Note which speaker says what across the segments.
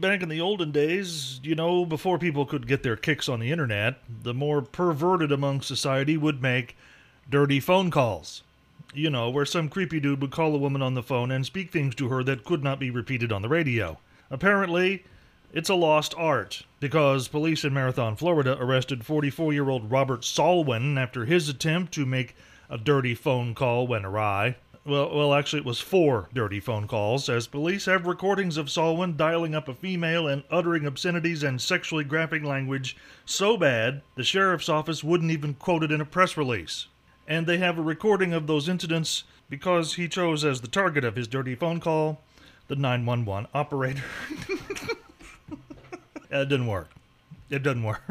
Speaker 1: Back in the olden days, you know, before people could get their kicks on the internet, the more perverted among society would make dirty phone calls. You know, where some creepy dude would call a woman on the phone and speak things to her that could not be repeated on the radio. Apparently, it's a lost art because police in Marathon, Florida arrested 44 year old Robert Solwyn after his attempt to make a dirty phone call went awry. Well, well, actually, it was four dirty phone calls, as police have recordings of Solwyn dialing up a female and uttering obscenities and sexually graphic language so bad the sheriff's office wouldn't even quote it in a press release and they have a recording of those incidents because he chose as the target of his dirty phone call the 911 operator. it didn't work. It doesn't work.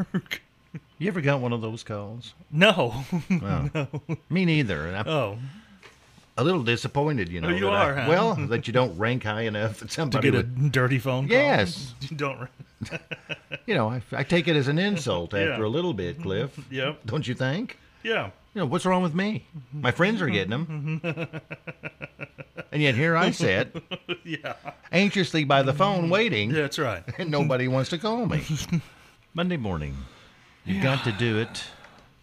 Speaker 2: You ever got one of those calls?
Speaker 1: No.
Speaker 2: No. Me neither. And I'm
Speaker 1: Oh,
Speaker 2: a little disappointed, you know.
Speaker 1: you
Speaker 2: that I-
Speaker 1: are, huh?
Speaker 2: Well, that you don't rank high enough that
Speaker 1: to
Speaker 2: somebody
Speaker 1: get a
Speaker 2: would.
Speaker 1: dirty phone call.
Speaker 2: Yes.
Speaker 1: You don't.
Speaker 2: You know, I, I take it as an insult
Speaker 1: Yeah.
Speaker 2: after a little bit, Cliff.
Speaker 1: Yep.
Speaker 2: Don't you think?
Speaker 1: Yeah.
Speaker 2: You know, what's wrong with me? My friends are getting them. and yet here I sit,
Speaker 1: Yeah.
Speaker 2: anxiously by the phone waiting,
Speaker 1: That's right.
Speaker 2: and nobody wants to call me. Monday morning. You got to do it.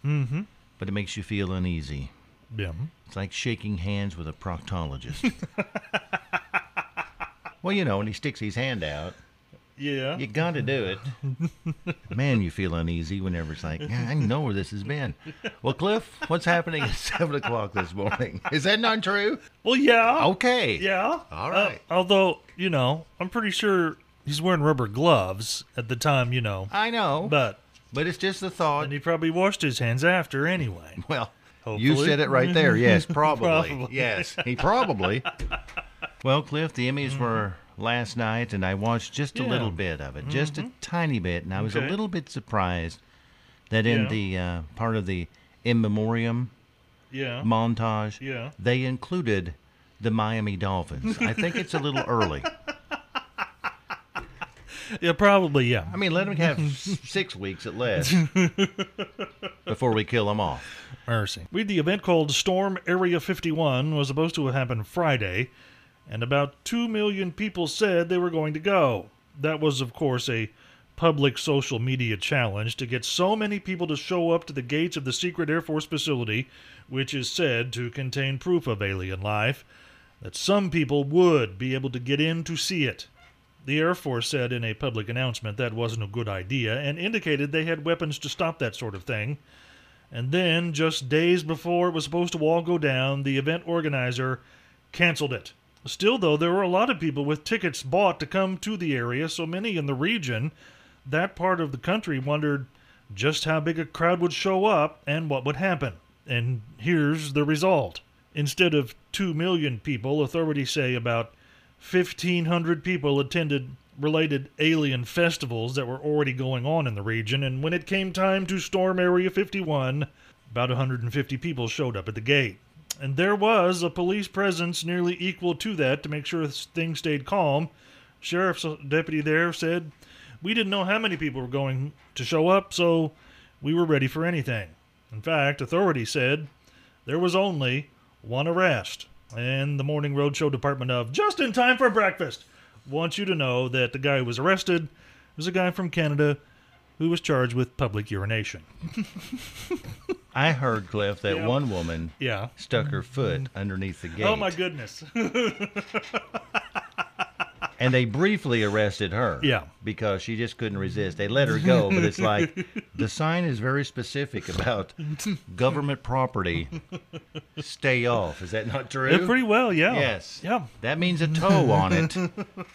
Speaker 2: Mm-hmm. But it makes you feel uneasy.
Speaker 1: Yeah.
Speaker 2: It's like shaking hands with a proctologist. well, you know, when he sticks his hand out,
Speaker 1: Yeah.
Speaker 2: you got to do it. Man, you feel uneasy whenever it's like, "Yeah, I know where this has been. Well, Cliff, what's happening at 7 o'clock this morning? Is that not true?
Speaker 1: Well, yeah.
Speaker 2: Okay.
Speaker 1: Yeah.
Speaker 2: Oh. All
Speaker 1: Uh,
Speaker 2: right.
Speaker 1: although, you know, I'm pretty sure he's wearing rubber gloves at the time, you know.
Speaker 2: I know. But,
Speaker 1: But,
Speaker 2: it's just the thought.
Speaker 1: and he probably washed his hands after anyway.
Speaker 2: Well, you
Speaker 1: Hopefully.
Speaker 2: said it right there. Yes, probably.
Speaker 1: Probably.
Speaker 2: Yes, he probably. well, Cliff, the Emmys were last night, and I watched just a
Speaker 1: Mm-hmm. Yeah. Mm-hmm.
Speaker 2: little bit of it, just a tiny bit, and I was
Speaker 1: Okay.
Speaker 2: a little bit surprised that in
Speaker 1: Yeah.
Speaker 2: the uh, part of the in memoriam
Speaker 1: Yeah.
Speaker 2: montage,
Speaker 1: Yeah.
Speaker 2: they included the Miami Dolphins. I think it's a little early.
Speaker 1: Yeah, probably, yeah.
Speaker 2: I mean, let them have s- six weeks at least before we kill them off.
Speaker 1: Mercy. We had the event called Storm Area 51 was supposed to have happened Friday, and about 2 million people said they were going to go. That was, of course, a public social media challenge to get so many people to show up to the gates of the secret Air Force facility, which is said to contain proof of alien life, that some people would be able to get in to see it. The Air Force said in a public announcement that wasn't a good idea and indicated they had weapons to stop that sort of thing. And then, just days before it was supposed to all go down, the event organizer canceled it. Still, though, there were a lot of people with tickets bought to come to the area, so many in the region, that part of the country, wondered just how big a crowd would show up and what would happen. And here's the result. Instead of 2 million people, authorities say about 1,500 people attended related alien festivals that were already going on in the region, and when it came time to storm Area 51, about 150 people showed up at the gate. And there was a police presence nearly equal to that to make sure things stayed calm. Sheriff's uh, deputy there said, We didn't know how many people were going to show up, so we were ready for anything. In fact, authorities said there was only one arrest. And the Morning Roadshow Department of Just in Time for Breakfast wants you to know that the guy who was arrested was a guy from Canada who was charged with public urination.
Speaker 2: I heard, Cliff, that
Speaker 1: Yeah.
Speaker 2: one woman
Speaker 1: Yeah.
Speaker 2: stuck her foot underneath the gate.
Speaker 1: Oh my goodness.
Speaker 2: And they briefly arrested her.
Speaker 1: Yeah.
Speaker 2: Because she just couldn't resist. They let her go, but it's like the sign is very specific about government property. Stay off. Is that not true?
Speaker 1: Did pretty well, yeah.
Speaker 2: Yes.
Speaker 1: Yeah.
Speaker 2: That means a toe on it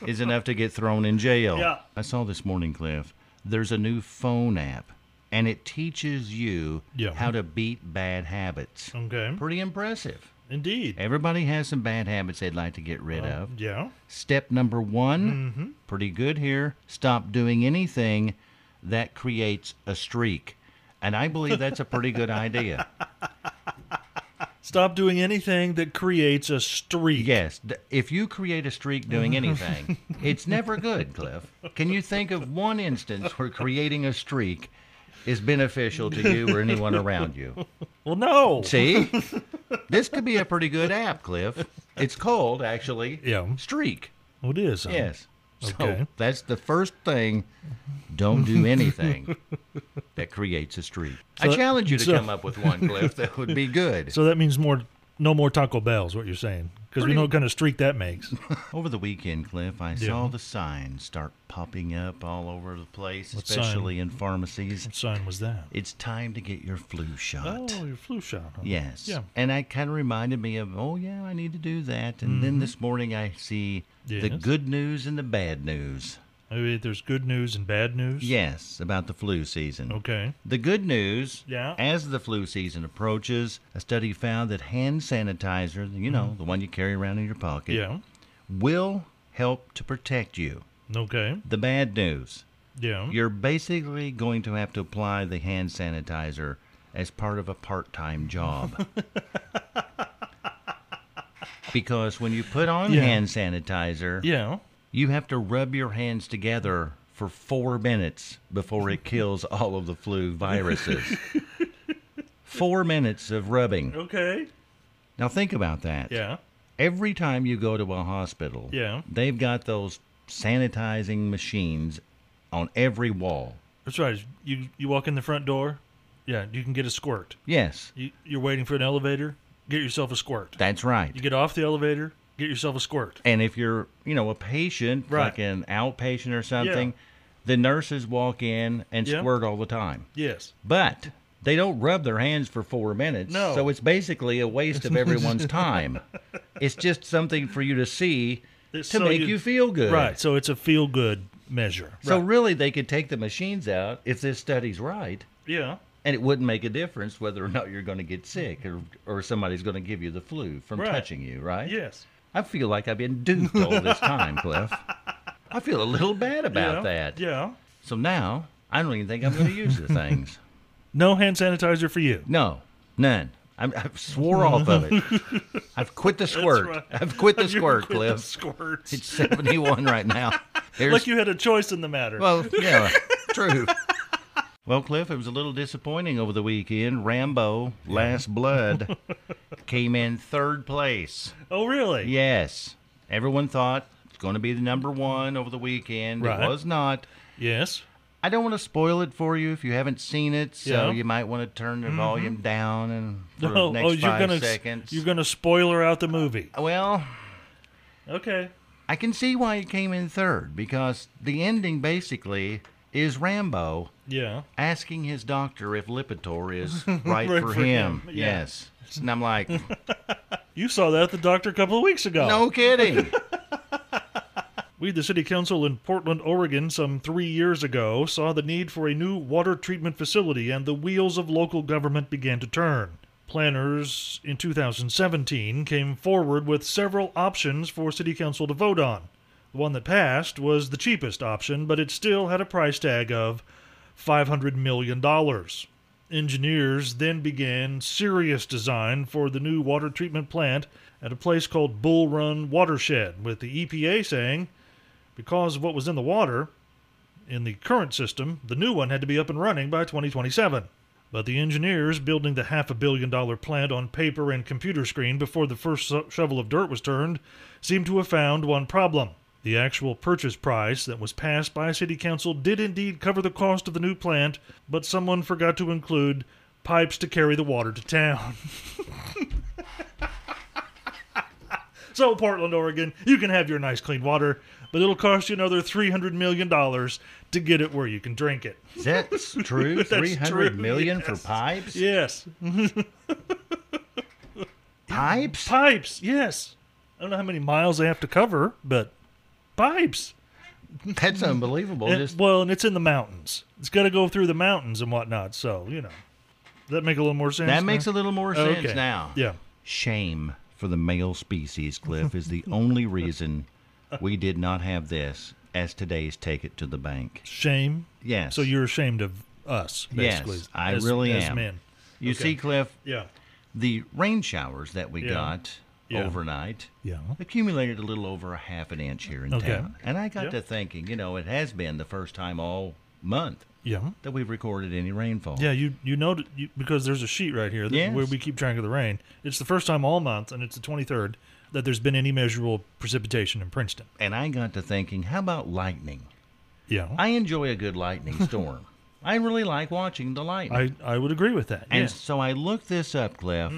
Speaker 2: is enough to get thrown in jail.
Speaker 1: Yeah.
Speaker 2: I saw this morning, Cliff. There's a new phone app, and it teaches you
Speaker 1: Yeah. Mm-hmm.
Speaker 2: how to beat bad habits.
Speaker 1: Okay.
Speaker 2: Pretty impressive.
Speaker 1: Indeed.
Speaker 2: Everybody has some bad habits they'd like to get rid of.
Speaker 1: Yeah.
Speaker 2: Step number one, pretty good here. Stop doing anything that creates a streak. And I believe that's a pretty good idea.
Speaker 1: Stop doing anything that creates a streak.
Speaker 2: Yes, d- if you create a streak doing anything, it's never good, Cliff. Can you think of one instance where creating a streak is beneficial to you or anyone around you?
Speaker 1: Well, no.
Speaker 2: See? This could be a pretty good app, Cliff. It's called, actually,
Speaker 1: Yeah.
Speaker 2: Streak.
Speaker 1: Well, it is. huh?
Speaker 2: Yes. So
Speaker 1: Okay.
Speaker 2: that's the first thing. Don't do anything that creates a streak. I
Speaker 1: So-
Speaker 2: challenge you to
Speaker 1: so-
Speaker 2: come up with one, Cliff. That would be good.
Speaker 1: So that means more, no more Taco Bell is what you're saying, because we know what kind of streak that makes.
Speaker 2: Over the weekend, Cliff, I saw the signs start popping up all over the place,
Speaker 1: sign?
Speaker 2: especially in pharmacies.
Speaker 1: what sign was that?
Speaker 2: It's time to get your flu shot.
Speaker 1: Oh, your flu shot. Huh?
Speaker 2: Yes.
Speaker 1: Yeah.
Speaker 2: And that kind of reminded me of, oh, yeah, I need to do that. And then this morning I see the
Speaker 1: Mm-hmm. Yes.
Speaker 2: good news and the bad news.
Speaker 1: Maybe there's good news and bad news.
Speaker 2: Yes, about the flu season.
Speaker 1: Okay.
Speaker 2: The good news,
Speaker 1: Yeah.
Speaker 2: as the flu season approaches, a study found that hand sanitizer, you know, the one you carry around in your pocket,
Speaker 1: Mm-hmm. Yeah.
Speaker 2: will help to protect you.
Speaker 1: Okay.
Speaker 2: The bad news,
Speaker 1: Yeah.
Speaker 2: you're basically going to have to apply the hand sanitizer as part of a part-time job. because when you put on
Speaker 1: Yeah.
Speaker 2: hand sanitizer,
Speaker 1: Yeah.
Speaker 2: you have to rub your hands together for four minutes before it kills all of the flu viruses. four minutes of rubbing.
Speaker 1: Okay.
Speaker 2: Now, think about that.
Speaker 1: Yeah.
Speaker 2: Every time you go to a hospital,
Speaker 1: Yeah.
Speaker 2: they've got those sanitizing machines on every wall.
Speaker 1: That's right. You you walk in the front door. Yeah. You can get a squirt.
Speaker 2: Yes,
Speaker 1: You, you're waiting for an elevator. Get yourself a squirt.
Speaker 2: that's right.
Speaker 1: You get off the elevator. Get yourself a squirt.
Speaker 2: And if you're, you know, a patient,
Speaker 1: Right.
Speaker 2: like an outpatient or something, the nurses walk in and
Speaker 1: Yeah.
Speaker 2: squirt all the time.
Speaker 1: Yes.
Speaker 2: But they don't rub their hands for four minutes.
Speaker 1: No.
Speaker 2: So it's basically a waste of everyone's time. It's just something for you to see to
Speaker 1: It's so
Speaker 2: make
Speaker 1: you-
Speaker 2: you, feel good.
Speaker 1: Right. So it's a feel good measure.
Speaker 2: So
Speaker 1: Right.
Speaker 2: really, they could take the machines out if this study's right,
Speaker 1: yeah.
Speaker 2: and it wouldn't make a difference whether or not you're going to get sick or or somebody's going to give you the flu from
Speaker 1: Right.
Speaker 2: touching you. Right.
Speaker 1: Yes.
Speaker 2: I feel like I've been duped all this time, Cliff. I feel a little bad about
Speaker 1: yeah.
Speaker 2: that.
Speaker 1: Yeah.
Speaker 2: So now I don't even think I'm going to use the things.
Speaker 1: No hand sanitizer for you.
Speaker 2: No, none. I'm, I've swore off of it. I've quit the squirt.
Speaker 1: right.
Speaker 2: I've quit the
Speaker 1: You
Speaker 2: squirt,
Speaker 1: quit the
Speaker 2: Cliff.
Speaker 1: Squirts.
Speaker 2: It's 71 right now. There's,
Speaker 1: like you had a choice in the matter.
Speaker 2: well, yeah, true. Well, Cliff, it was a little disappointing over the weekend. Rambo, Last Blood, came in third place.
Speaker 1: oh, really?
Speaker 2: Yes. Everyone thought it's going to be the number one over the weekend.
Speaker 1: Right.
Speaker 2: It was not.
Speaker 1: Yes.
Speaker 2: I don't want to spoil it for you if you haven't seen it, so
Speaker 1: Yeah. Mm-hmm.
Speaker 2: you might want to turn the volume down and for the
Speaker 1: oh,
Speaker 2: next
Speaker 1: oh, you're
Speaker 2: 5
Speaker 1: gonna
Speaker 2: seconds.
Speaker 1: you're gonna spoiler out the movie.
Speaker 2: Well,
Speaker 1: Okay.
Speaker 2: I can see why it came in third because the ending basically is Rambo
Speaker 1: Yeah.
Speaker 2: asking his doctor if Lipitor is right,
Speaker 1: Right
Speaker 2: for,
Speaker 1: for
Speaker 2: him.
Speaker 1: him, yeah.
Speaker 2: Yes. And I'm like,
Speaker 1: You saw that at the doctor a couple of weeks ago.
Speaker 2: no kidding.
Speaker 1: We, the city council in Portland, Oregon, some three years ago, saw the need for a new water treatment facility, and the wheels of local government began to turn. Planners in 2017 came forward with several options for city council to vote on. The one that passed was the cheapest option, but it still had a price tag of $500 million. Engineers then began serious design for the new water treatment plant at a place called Bull Run Watershed, with the EPA saying because of what was in the water in the current system, the new one had to be up and running by 2027. But the engineers building the half a billion dollar plant on paper and computer screen before the first so- shovel of dirt was turned seem to have found one problem. The actual purchase price that was passed by City Council did indeed cover the cost of the new plant, but someone forgot to include pipes to carry the water to town. So, Portland, Oregon, you can have your nice clean water, but it'll cost you another $300 million to get it where you can drink it.
Speaker 2: Is that true? Three hundred million for pipes?
Speaker 1: Yes.
Speaker 2: Pipes?
Speaker 1: Pipes, yes. I don't know how many miles they have to cover, but pipes.
Speaker 2: That's unbelievable.
Speaker 1: And-
Speaker 2: Just
Speaker 1: well, and it's in the mountains. It's got to go through the mountains and whatnot, so, you know. Does that make a little more sense?
Speaker 2: That makes
Speaker 1: now?
Speaker 2: a little more
Speaker 1: Oh,
Speaker 2: sense
Speaker 1: okay.
Speaker 2: now.
Speaker 1: Yeah.
Speaker 2: Shame for the male species, Cliff, is the only reason we did not have this as today's Take It to the Bank.
Speaker 1: Shame.
Speaker 2: Yes.
Speaker 1: So you're ashamed of us, basically.
Speaker 2: Yes, I really
Speaker 1: as
Speaker 2: am.
Speaker 1: men.
Speaker 2: You
Speaker 1: okay.
Speaker 2: see, Cliff,
Speaker 1: Yeah.
Speaker 2: the rain showers that we
Speaker 1: Yeah.
Speaker 2: got
Speaker 1: Yeah.
Speaker 2: overnight
Speaker 1: Yeah.
Speaker 2: accumulated a little over a half an inch here in
Speaker 1: Okay.
Speaker 2: town. And I got
Speaker 1: Yeah.
Speaker 2: to thinking, you know, it has been the first time all month
Speaker 1: Yeah.
Speaker 2: that we've recorded any rainfall.
Speaker 1: Yeah, you you know you, because there's a sheet right here that,
Speaker 2: Yes.
Speaker 1: where we keep track of the rain. It's the first time all month, and it's the 23rd that there's been any measurable precipitation in Princeton.
Speaker 2: And I got to thinking, how about lightning?
Speaker 1: Yeah, I
Speaker 2: I enjoy a good lightning storm. I really like watching the lightning.
Speaker 1: I, would agree with that.
Speaker 2: and
Speaker 1: yes.
Speaker 2: so I looked this up, Cliff,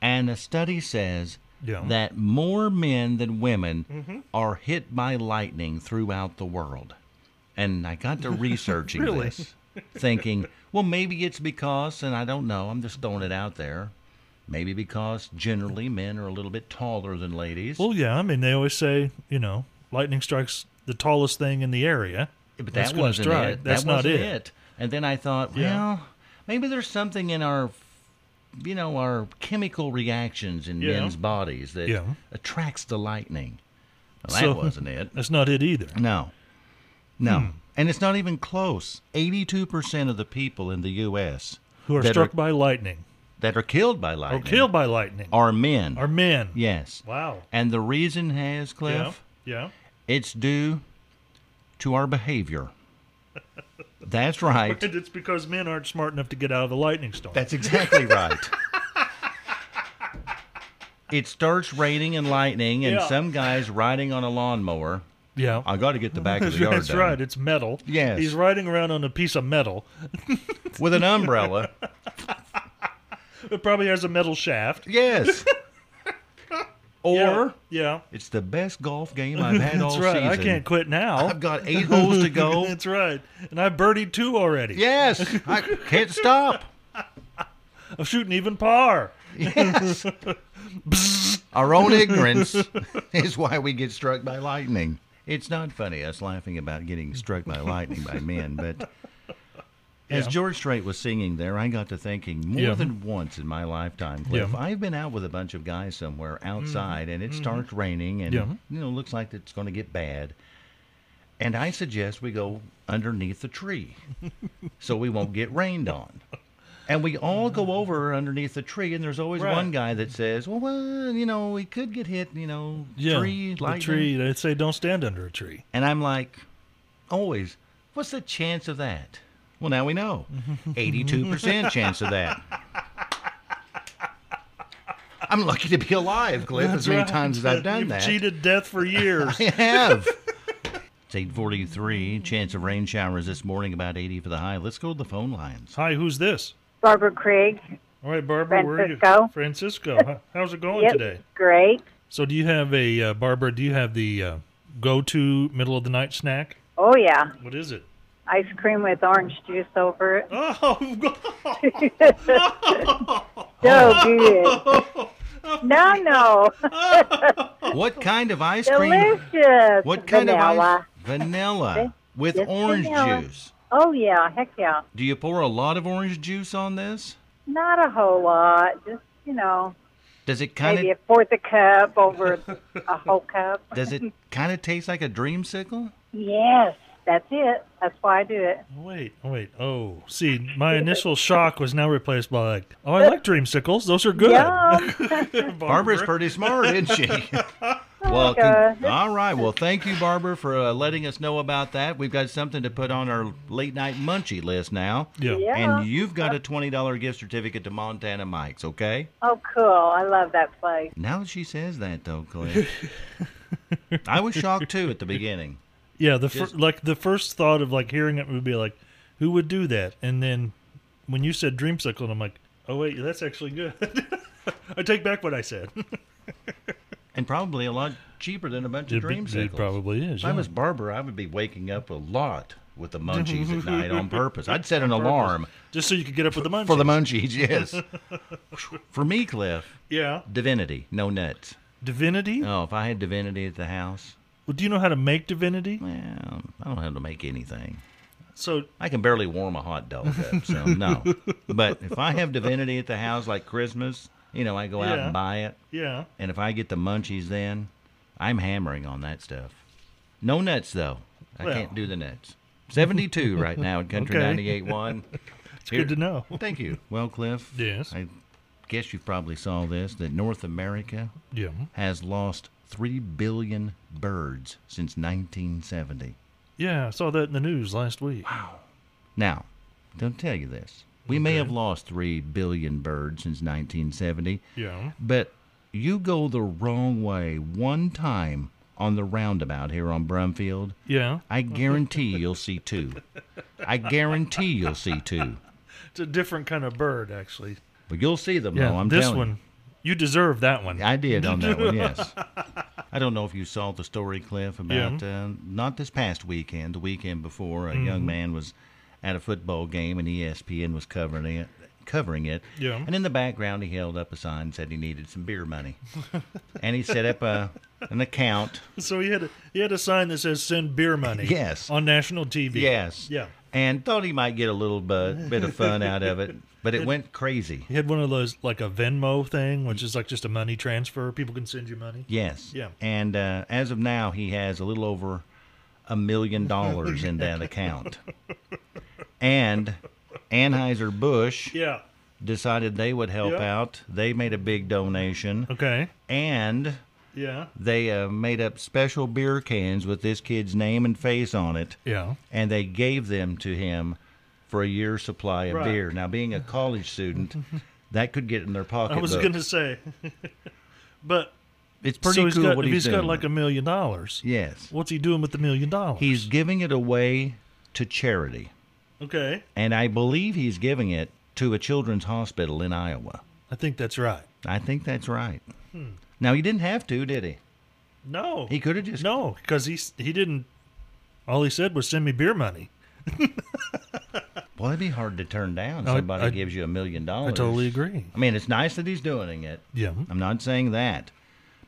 Speaker 2: and a study says
Speaker 1: Mm-hmm. Yeah. Mm-hmm.
Speaker 2: that more men than women are hit by lightning throughout the world. And I got to researching
Speaker 1: Really?
Speaker 2: this, thinking, well, maybe it's because, and I don't know, I'm just throwing it out there. Maybe because generally men are a little bit taller than ladies.
Speaker 1: Well, yeah. I mean, they always say you know lightning strikes the tallest thing in the area.
Speaker 2: But
Speaker 1: That's
Speaker 2: that
Speaker 1: gonna
Speaker 2: wasn't
Speaker 1: strike.
Speaker 2: it.
Speaker 1: That's
Speaker 2: that
Speaker 1: not
Speaker 2: wasn't
Speaker 1: it.
Speaker 2: it. And then I thought, well,
Speaker 1: Yeah.
Speaker 2: maybe there's something in our, you know, our chemical reactions in
Speaker 1: Yeah.
Speaker 2: men's bodies that
Speaker 1: Yeah.
Speaker 2: attracts the lightning. Well,
Speaker 1: So-
Speaker 2: that wasn't it.
Speaker 1: That's not it either.
Speaker 2: No, no,
Speaker 1: Hmm.
Speaker 2: and it's not even close. Eighty-two percent of the people in the U.S.
Speaker 1: Who are
Speaker 2: that
Speaker 1: struck
Speaker 2: are,
Speaker 1: by lightning
Speaker 2: that are killed by
Speaker 1: or
Speaker 2: lightning
Speaker 1: killed by lightning
Speaker 2: are men.
Speaker 1: are men.
Speaker 2: yes,
Speaker 1: Wow.
Speaker 2: and the reason has Cliff.
Speaker 1: Yeah.
Speaker 2: It's due to our behavior. That's right.
Speaker 1: Yeah. And it's because men aren't smart enough to get out of the lightning storm.
Speaker 2: That's exactly right. it starts raining and lightning, and
Speaker 1: Yeah.
Speaker 2: some guy's riding on a lawnmower.
Speaker 1: yeah.
Speaker 2: I got to get the back of the yard
Speaker 1: That's
Speaker 2: done.
Speaker 1: right. It's metal.
Speaker 2: Yes.
Speaker 1: He's riding around on a piece of metal.
Speaker 2: With an umbrella.
Speaker 1: It probably has a metal shaft.
Speaker 2: Yes. or
Speaker 1: Yeah.
Speaker 2: it's the best golf game I've had
Speaker 1: That's
Speaker 2: all
Speaker 1: right.
Speaker 2: season.
Speaker 1: I can't quit now.
Speaker 2: I've got eight holes to go.
Speaker 1: That's right. And I birdied two already.
Speaker 2: Yes. I can't stop.
Speaker 1: I'm shooting even par.
Speaker 2: Yes. Our own ignorance is why we get struck by lightning. It's not funny us laughing about getting struck by lightning by men, but as
Speaker 1: Yeah.
Speaker 2: George Strait was singing there, I got to thinking more
Speaker 1: Yeah.
Speaker 2: than once in my lifetime, Cliff.
Speaker 1: Yeah. Mm. Mm-hmm.
Speaker 2: I've been out with a bunch of guys somewhere outside and it starts raining and
Speaker 1: Yeah.
Speaker 2: you know, looks like it's gonna get bad. And I suggest we go underneath the tree so we won't get rained on. And we all go over underneath the tree, and there's always
Speaker 1: Right.
Speaker 2: one guy that says, well, well, you know, we could get hit, you know, tree,
Speaker 1: the
Speaker 2: lightning.
Speaker 1: tree. They say don't stand under a tree.
Speaker 2: And I'm like, always, what's the chance of that? Well, now we know. 82% chance of that. I'm lucky to be alive, Cliff, as many times as I've done
Speaker 1: You've
Speaker 2: that.
Speaker 1: cheated death for years.
Speaker 2: I have. It's 843. Chance of rain showers this morning, about 80 for the high. Let's go to the phone lines.
Speaker 1: Hi, who's this?
Speaker 3: Barbara Craig.
Speaker 1: All right, Barbara, where are you?
Speaker 3: Francisco.
Speaker 1: Francisco. Huh? How's it going
Speaker 3: Yep,
Speaker 1: today?
Speaker 3: Great.
Speaker 1: So, do you have a, uh, Barbara, do you have the uh, go to middle of the night snack?
Speaker 3: Oh yeah,
Speaker 1: What is it?
Speaker 3: ice cream with orange juice over it.
Speaker 1: Oh,
Speaker 3: So good. No, no,
Speaker 2: What kind of ice cream?
Speaker 3: delicious.
Speaker 2: What kind of ice?
Speaker 3: Vanilla.
Speaker 2: Vanilla with
Speaker 3: Yes,
Speaker 2: orange
Speaker 3: vanilla.
Speaker 2: juice.
Speaker 3: Oh yeah, heck yeah.
Speaker 2: Do you pour a lot of orange juice on this?
Speaker 3: Not a whole lot. Just you know,
Speaker 2: Does it kind
Speaker 3: maybe a
Speaker 2: of
Speaker 3: fourth a cup over a whole cup.
Speaker 2: does it kind of taste like a dreamsicle?
Speaker 3: Yes, that's it. That's why I do it.
Speaker 1: Wait, wait. Oh, see, my initial shock was now replaced by like, oh, I like dreamsicles. Those are good.
Speaker 3: Yum.
Speaker 2: Barbara's pretty smart, isn't she?
Speaker 3: Oh,
Speaker 2: well,
Speaker 3: God.
Speaker 2: all right. Well, thank you, Barbara, for uh, letting us know about that. We've got something to put on our late night munchie list now.
Speaker 1: Yeah.
Speaker 3: Yeah.
Speaker 2: And you've got a $20 gift certificate to Montana Mike's, okay?
Speaker 3: Oh, cool. I love that place.
Speaker 2: Now that she says that, though, Cliff, I was shocked too at the beginning.
Speaker 1: Yeah, the fir- like the first thought of like hearing it would be like, who would do that? And then when you said dreamsicle, and I'm like, oh wait, that's actually good. I take back what I said.
Speaker 2: And probably a lot cheaper than a bunch of dreamsicles.
Speaker 1: probably is.
Speaker 2: If I was Barbara, I would be waking up a lot with the munchies at night on purpose. I'd set an alarm
Speaker 1: Just so you could get up with the munchies.
Speaker 2: for the munchies, yes. For me, Cliff,
Speaker 1: yeah,
Speaker 2: divinity, no nuts.
Speaker 1: divinity.
Speaker 2: Oh, if I had divinity at the house,
Speaker 1: Well, do you know how to make divinity?
Speaker 2: well, I don't have to make anything.
Speaker 1: So
Speaker 2: I can barely warm a hot dog up, so no. But if I have divinity at the house like Christmas, You know, I go out
Speaker 1: Yeah.
Speaker 2: and buy it,
Speaker 1: Yeah.
Speaker 2: and if I get the munchies, then I'm hammering on that stuff. No nuts though. I
Speaker 1: Well.
Speaker 2: can't do the nuts. 72 right now at Country
Speaker 1: Okay.
Speaker 2: 98.1.
Speaker 1: It's good to know.
Speaker 2: Thank you. Well, Cliff.
Speaker 1: Yes.
Speaker 2: I guess you probably saw this that North America
Speaker 1: Yeah.
Speaker 2: has lost 3 billion birds since 1970.
Speaker 1: Yeah, I saw that in the news last week.
Speaker 2: Now, don't tell you this. We may have lost 3 billion birds since 1970,
Speaker 1: Yeah.
Speaker 2: but you go the wrong way one time on the roundabout here on Brumfield,
Speaker 1: Yeah.
Speaker 2: I guarantee you'll see two. I guarantee you'll see two.
Speaker 1: It's a different kind of bird, actually.
Speaker 2: But you'll see them,
Speaker 1: Yeah,
Speaker 2: though, Oh, I'm
Speaker 1: this
Speaker 2: telling
Speaker 1: one.
Speaker 2: you.
Speaker 1: You deserve that one.
Speaker 2: I did on that one, yes. I don't know if you saw the story, Cliff, about uh, not this past weekend, the weekend before, a
Speaker 1: Mm-hmm.
Speaker 2: young man was at a football game E and ESPN was covering it. Covering it,
Speaker 1: Yeah.
Speaker 2: And in the background, he held up a sign and said he needed some beer money, and he set up a an account.
Speaker 1: So he had a, he had a sign that says "Send beer money."
Speaker 2: Yes.
Speaker 1: On national TV.
Speaker 2: Yes,
Speaker 1: Yeah.
Speaker 2: and thought he might get a little bit, bit of fun out of it, but it went crazy.
Speaker 1: He had one of those like a Venmo thing, which is like just a money transfer. People can send you money.
Speaker 2: Yes.
Speaker 1: Yeah.
Speaker 2: And uh, as of now, he has a little over a million dollars in that account. And Anheuser Busch
Speaker 1: Yeah.
Speaker 2: decided they would help
Speaker 1: Yeah.
Speaker 2: out. They made a big donation,
Speaker 1: Okay.
Speaker 2: and
Speaker 1: Yeah.
Speaker 2: they uh, made up special beer cans with this kid's name and face on it,
Speaker 1: Yeah.
Speaker 2: and they gave them to him for a year's supply of
Speaker 1: Right.
Speaker 2: beer. Now, being a college student, that could get in their pocket.
Speaker 1: I was gonna say, but
Speaker 2: it's pretty
Speaker 1: so he's
Speaker 2: cool
Speaker 1: got,
Speaker 2: what
Speaker 1: if
Speaker 2: he's,
Speaker 1: he's
Speaker 2: doing.
Speaker 1: got like a million dollars.
Speaker 2: yes.
Speaker 1: What's he doing with the million dollars?
Speaker 2: He's giving it away to charity,
Speaker 1: okay.
Speaker 2: and I believe he's giving it to a children's hospital in Iowa.
Speaker 1: I think that's right.
Speaker 2: I think that's right.
Speaker 1: Hmm.
Speaker 2: Now he didn't have to, did he?
Speaker 1: No.
Speaker 2: He could have just
Speaker 1: No, because he s- he didn't. All he said was send me beer money.
Speaker 2: Well, it'd be hard to turn down.
Speaker 1: No, I-
Speaker 2: Somebody
Speaker 1: I-
Speaker 2: gives you a million dollars.
Speaker 1: I totally agree.
Speaker 2: I mean, it's nice that he's doing it.
Speaker 1: Yeah.
Speaker 2: I'm not saying that,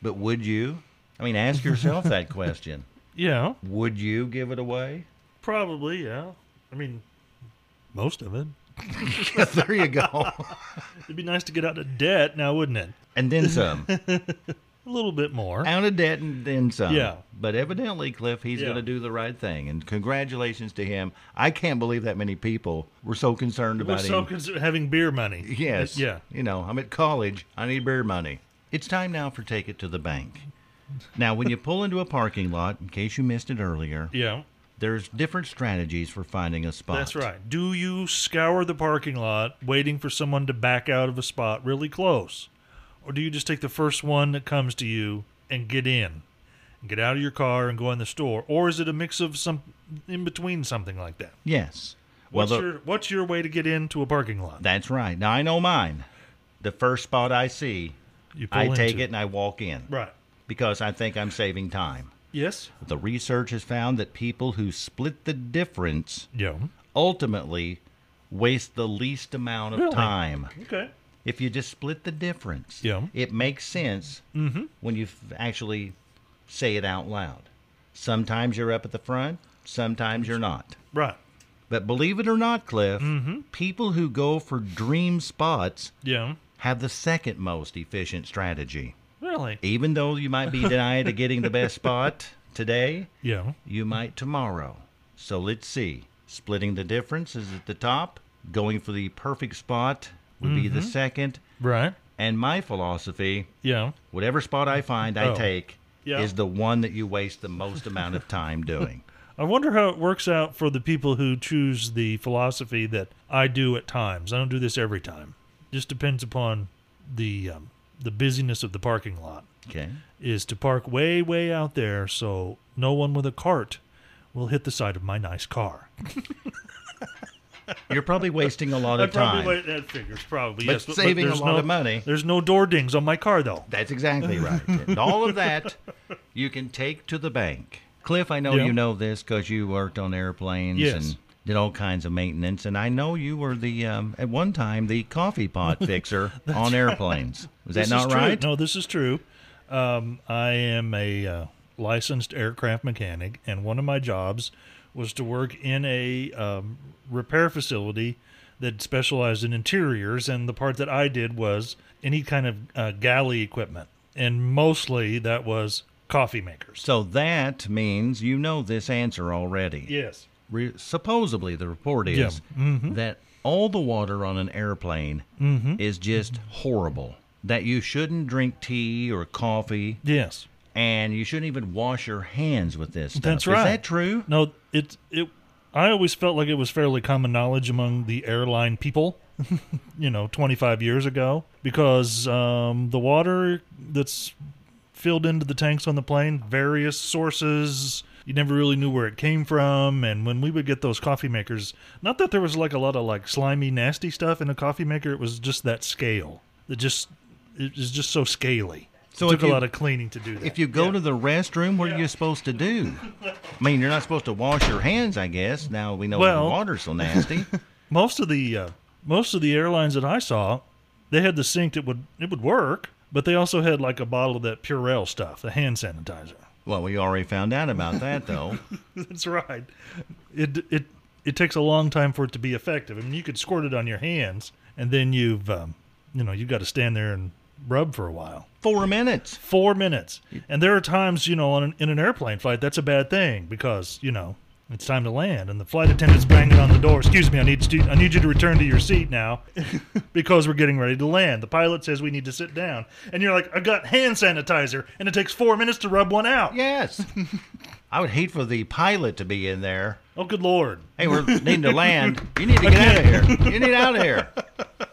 Speaker 2: but would you? I mean, ask yourself that question.
Speaker 1: Yeah.
Speaker 2: Would you give it away?
Speaker 1: Probably. Yeah. I mean, most of it.
Speaker 2: there you go.
Speaker 1: It'd be nice to get out of debt now, wouldn't it?
Speaker 2: And then some.
Speaker 1: A little bit more.
Speaker 2: out of debt and then some.
Speaker 1: Yeah.
Speaker 2: But evidently, Cliff, he's
Speaker 1: Yeah.
Speaker 2: going to do the right thing, and congratulations to him. I can't believe that many people were so concerned
Speaker 1: We're
Speaker 2: about
Speaker 1: so
Speaker 2: him.
Speaker 1: concerned having beer money.
Speaker 2: yes.
Speaker 1: Yeah.
Speaker 2: You know, I'm at college. I need beer money. It's time now for take it to the bank. Now, when you pull into a parking lot, in case you missed it earlier,
Speaker 1: Yeah.
Speaker 2: there's different strategies for finding a spot.
Speaker 1: That's right. Do you scour the parking lot waiting for someone to back out of a spot really close? Or do you just take the first one that comes to you and get in? Get out of your car and go in the store? Or is it a mix of some in between something like that?
Speaker 2: Yes.
Speaker 1: What's
Speaker 2: the-
Speaker 1: your what's your way to get into a parking lot?
Speaker 2: that's right. Now I know mine. The first spot I see,
Speaker 1: You pull
Speaker 2: I take
Speaker 1: into.
Speaker 2: it and I walk in
Speaker 1: Right.
Speaker 2: because I think I'm saving time.
Speaker 1: Yes.
Speaker 2: The research has found that people who split the difference
Speaker 1: Yeah.
Speaker 2: ultimately waste the least amount of
Speaker 1: Really?
Speaker 2: time.
Speaker 1: Okay.
Speaker 2: If you just split the difference,
Speaker 1: Yeah. Mm-hmm.
Speaker 2: it makes sense when you f- actually say it out loud. Sometimes you're up at the front, sometimes you're not.
Speaker 1: Right.
Speaker 2: But believe it or not, Cliff,
Speaker 1: Mm-hmm.
Speaker 2: people who go for dream spots
Speaker 1: Yeah.
Speaker 2: have the second most efficient strategy.
Speaker 1: Really?
Speaker 2: Even though you might be denied of getting the best spot today,
Speaker 1: Yeah.
Speaker 2: you might tomorrow. So let's see. Splitting the difference is at the top. Going for the perfect spot would be
Speaker 1: Mm-hmm.
Speaker 2: the second.
Speaker 1: Right.
Speaker 2: And my philosophy
Speaker 1: Yeah.
Speaker 2: whatever spot I find,
Speaker 1: Oh.
Speaker 2: I take
Speaker 1: Yeah.
Speaker 2: is the one that you waste the most amount of time doing.
Speaker 1: I wonder how it works out for the people who choose the philosophy that I do at times. I don't do this every time. Just depends upon the um, the busyness of the parking lot.
Speaker 2: Okay.
Speaker 1: Is to park way way out there so no one with a cart will hit the side of my nice car.
Speaker 2: You're probably wasting a lot of time.
Speaker 1: Probably that figures probably
Speaker 2: But
Speaker 1: yes.
Speaker 2: saving a
Speaker 1: there's
Speaker 2: lot
Speaker 1: no-
Speaker 2: of money.
Speaker 1: There's no door dings on my car though.
Speaker 2: That's exactly right. and all of that you can take to the bank. Cliff, I know
Speaker 1: Yeah.
Speaker 2: you know this because you worked on airplanes
Speaker 1: Yes.
Speaker 2: and did all kinds of maintenance, and I know you were the um, at one time the coffee pot fixer on airplanes. Was that
Speaker 1: This
Speaker 2: not
Speaker 1: is true.
Speaker 2: right?
Speaker 1: No, this is true. Um, I am a uh, licensed aircraft mechanic, and one of my jobs was to work in a um, repair facility that specialized in interiors, and the part that I did was any kind of uh, galley equipment, and mostly that was coffee makers.
Speaker 2: So that means you know this answer already.
Speaker 1: Yes.
Speaker 2: Re- supposedly, the report is
Speaker 1: Mm-hmm.
Speaker 2: that all the water on an airplane is just
Speaker 1: Mm-hmm.
Speaker 2: horrible. That you shouldn't drink tea or coffee,
Speaker 1: Yes.
Speaker 2: and you shouldn't even wash your hands with this stuff.
Speaker 1: That's right.
Speaker 2: Is that true?
Speaker 1: No, it it. I always felt like it was fairly common knowledge among the airline people, you know, 25 years ago, because um, the water that's filled into the tanks on the plane, various sources, you never really knew where it came from. And when we would get those coffee makers, not that there was like a lot of like slimy, nasty stuff in a coffee maker, it was just that scale. It just it was just so scaly.
Speaker 2: So
Speaker 1: it
Speaker 2: if
Speaker 1: took a
Speaker 2: you-
Speaker 1: lot of cleaning to do that.
Speaker 2: If you go to the restroom, what are you supposed to do? I mean, you're not supposed to wash your hands, I guess. Now we know
Speaker 1: Well-
Speaker 2: the water's so nasty.
Speaker 1: most of the uh, most of the airlines that I saw, they had the sink that would it would work, but they also had like a bottle of that Purell stuff, the hand sanitizer.
Speaker 2: well, we already found out about that, though.
Speaker 1: That's right. It it it takes a long time for it to be effective. I mean, you could squirt it on your hands, and then you've um, you know you got to stand there and rub for a while.
Speaker 2: Four minutes.
Speaker 1: Four minutes, and there are times you know on an, in an airplane flight that's a bad thing because you know. It's time to land, and the flight attendant's banging on the door. Excuse me, I need to, I need you to return to your seat now. because we're getting ready to land. The pilot says we need to sit down. And you're like, I got hand sanitizer, and it takes four minutes to rub one out.
Speaker 2: Yes. I would hate for the pilot to be in there.
Speaker 1: Oh, good lord.
Speaker 2: Hey, we're needing to land. You need to get out of here. You need out of here.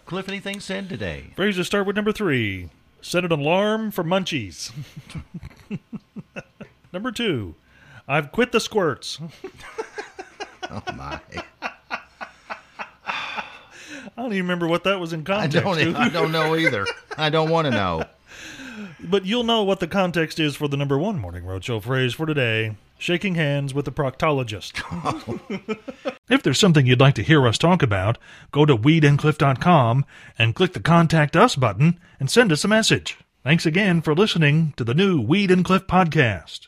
Speaker 2: Cliff, anything said today?
Speaker 1: Phrases start with number three set an alarm for munchies. number two, I've quit the squirts.
Speaker 2: Oh, my.
Speaker 1: I don't even remember what that was in
Speaker 2: I
Speaker 1: context.
Speaker 2: don't,
Speaker 1: dude.
Speaker 2: I don't know either. I don't want to know.
Speaker 1: But you'll know what the context is for the number one Morning Roadshow phrase for today shaking hands with the proctologist. if there's something you'd like to hear us talk about, go to weedandcliff.com and click the Contact Us button and send us a message. Thanks again for listening to the new Weed and Cliff podcast.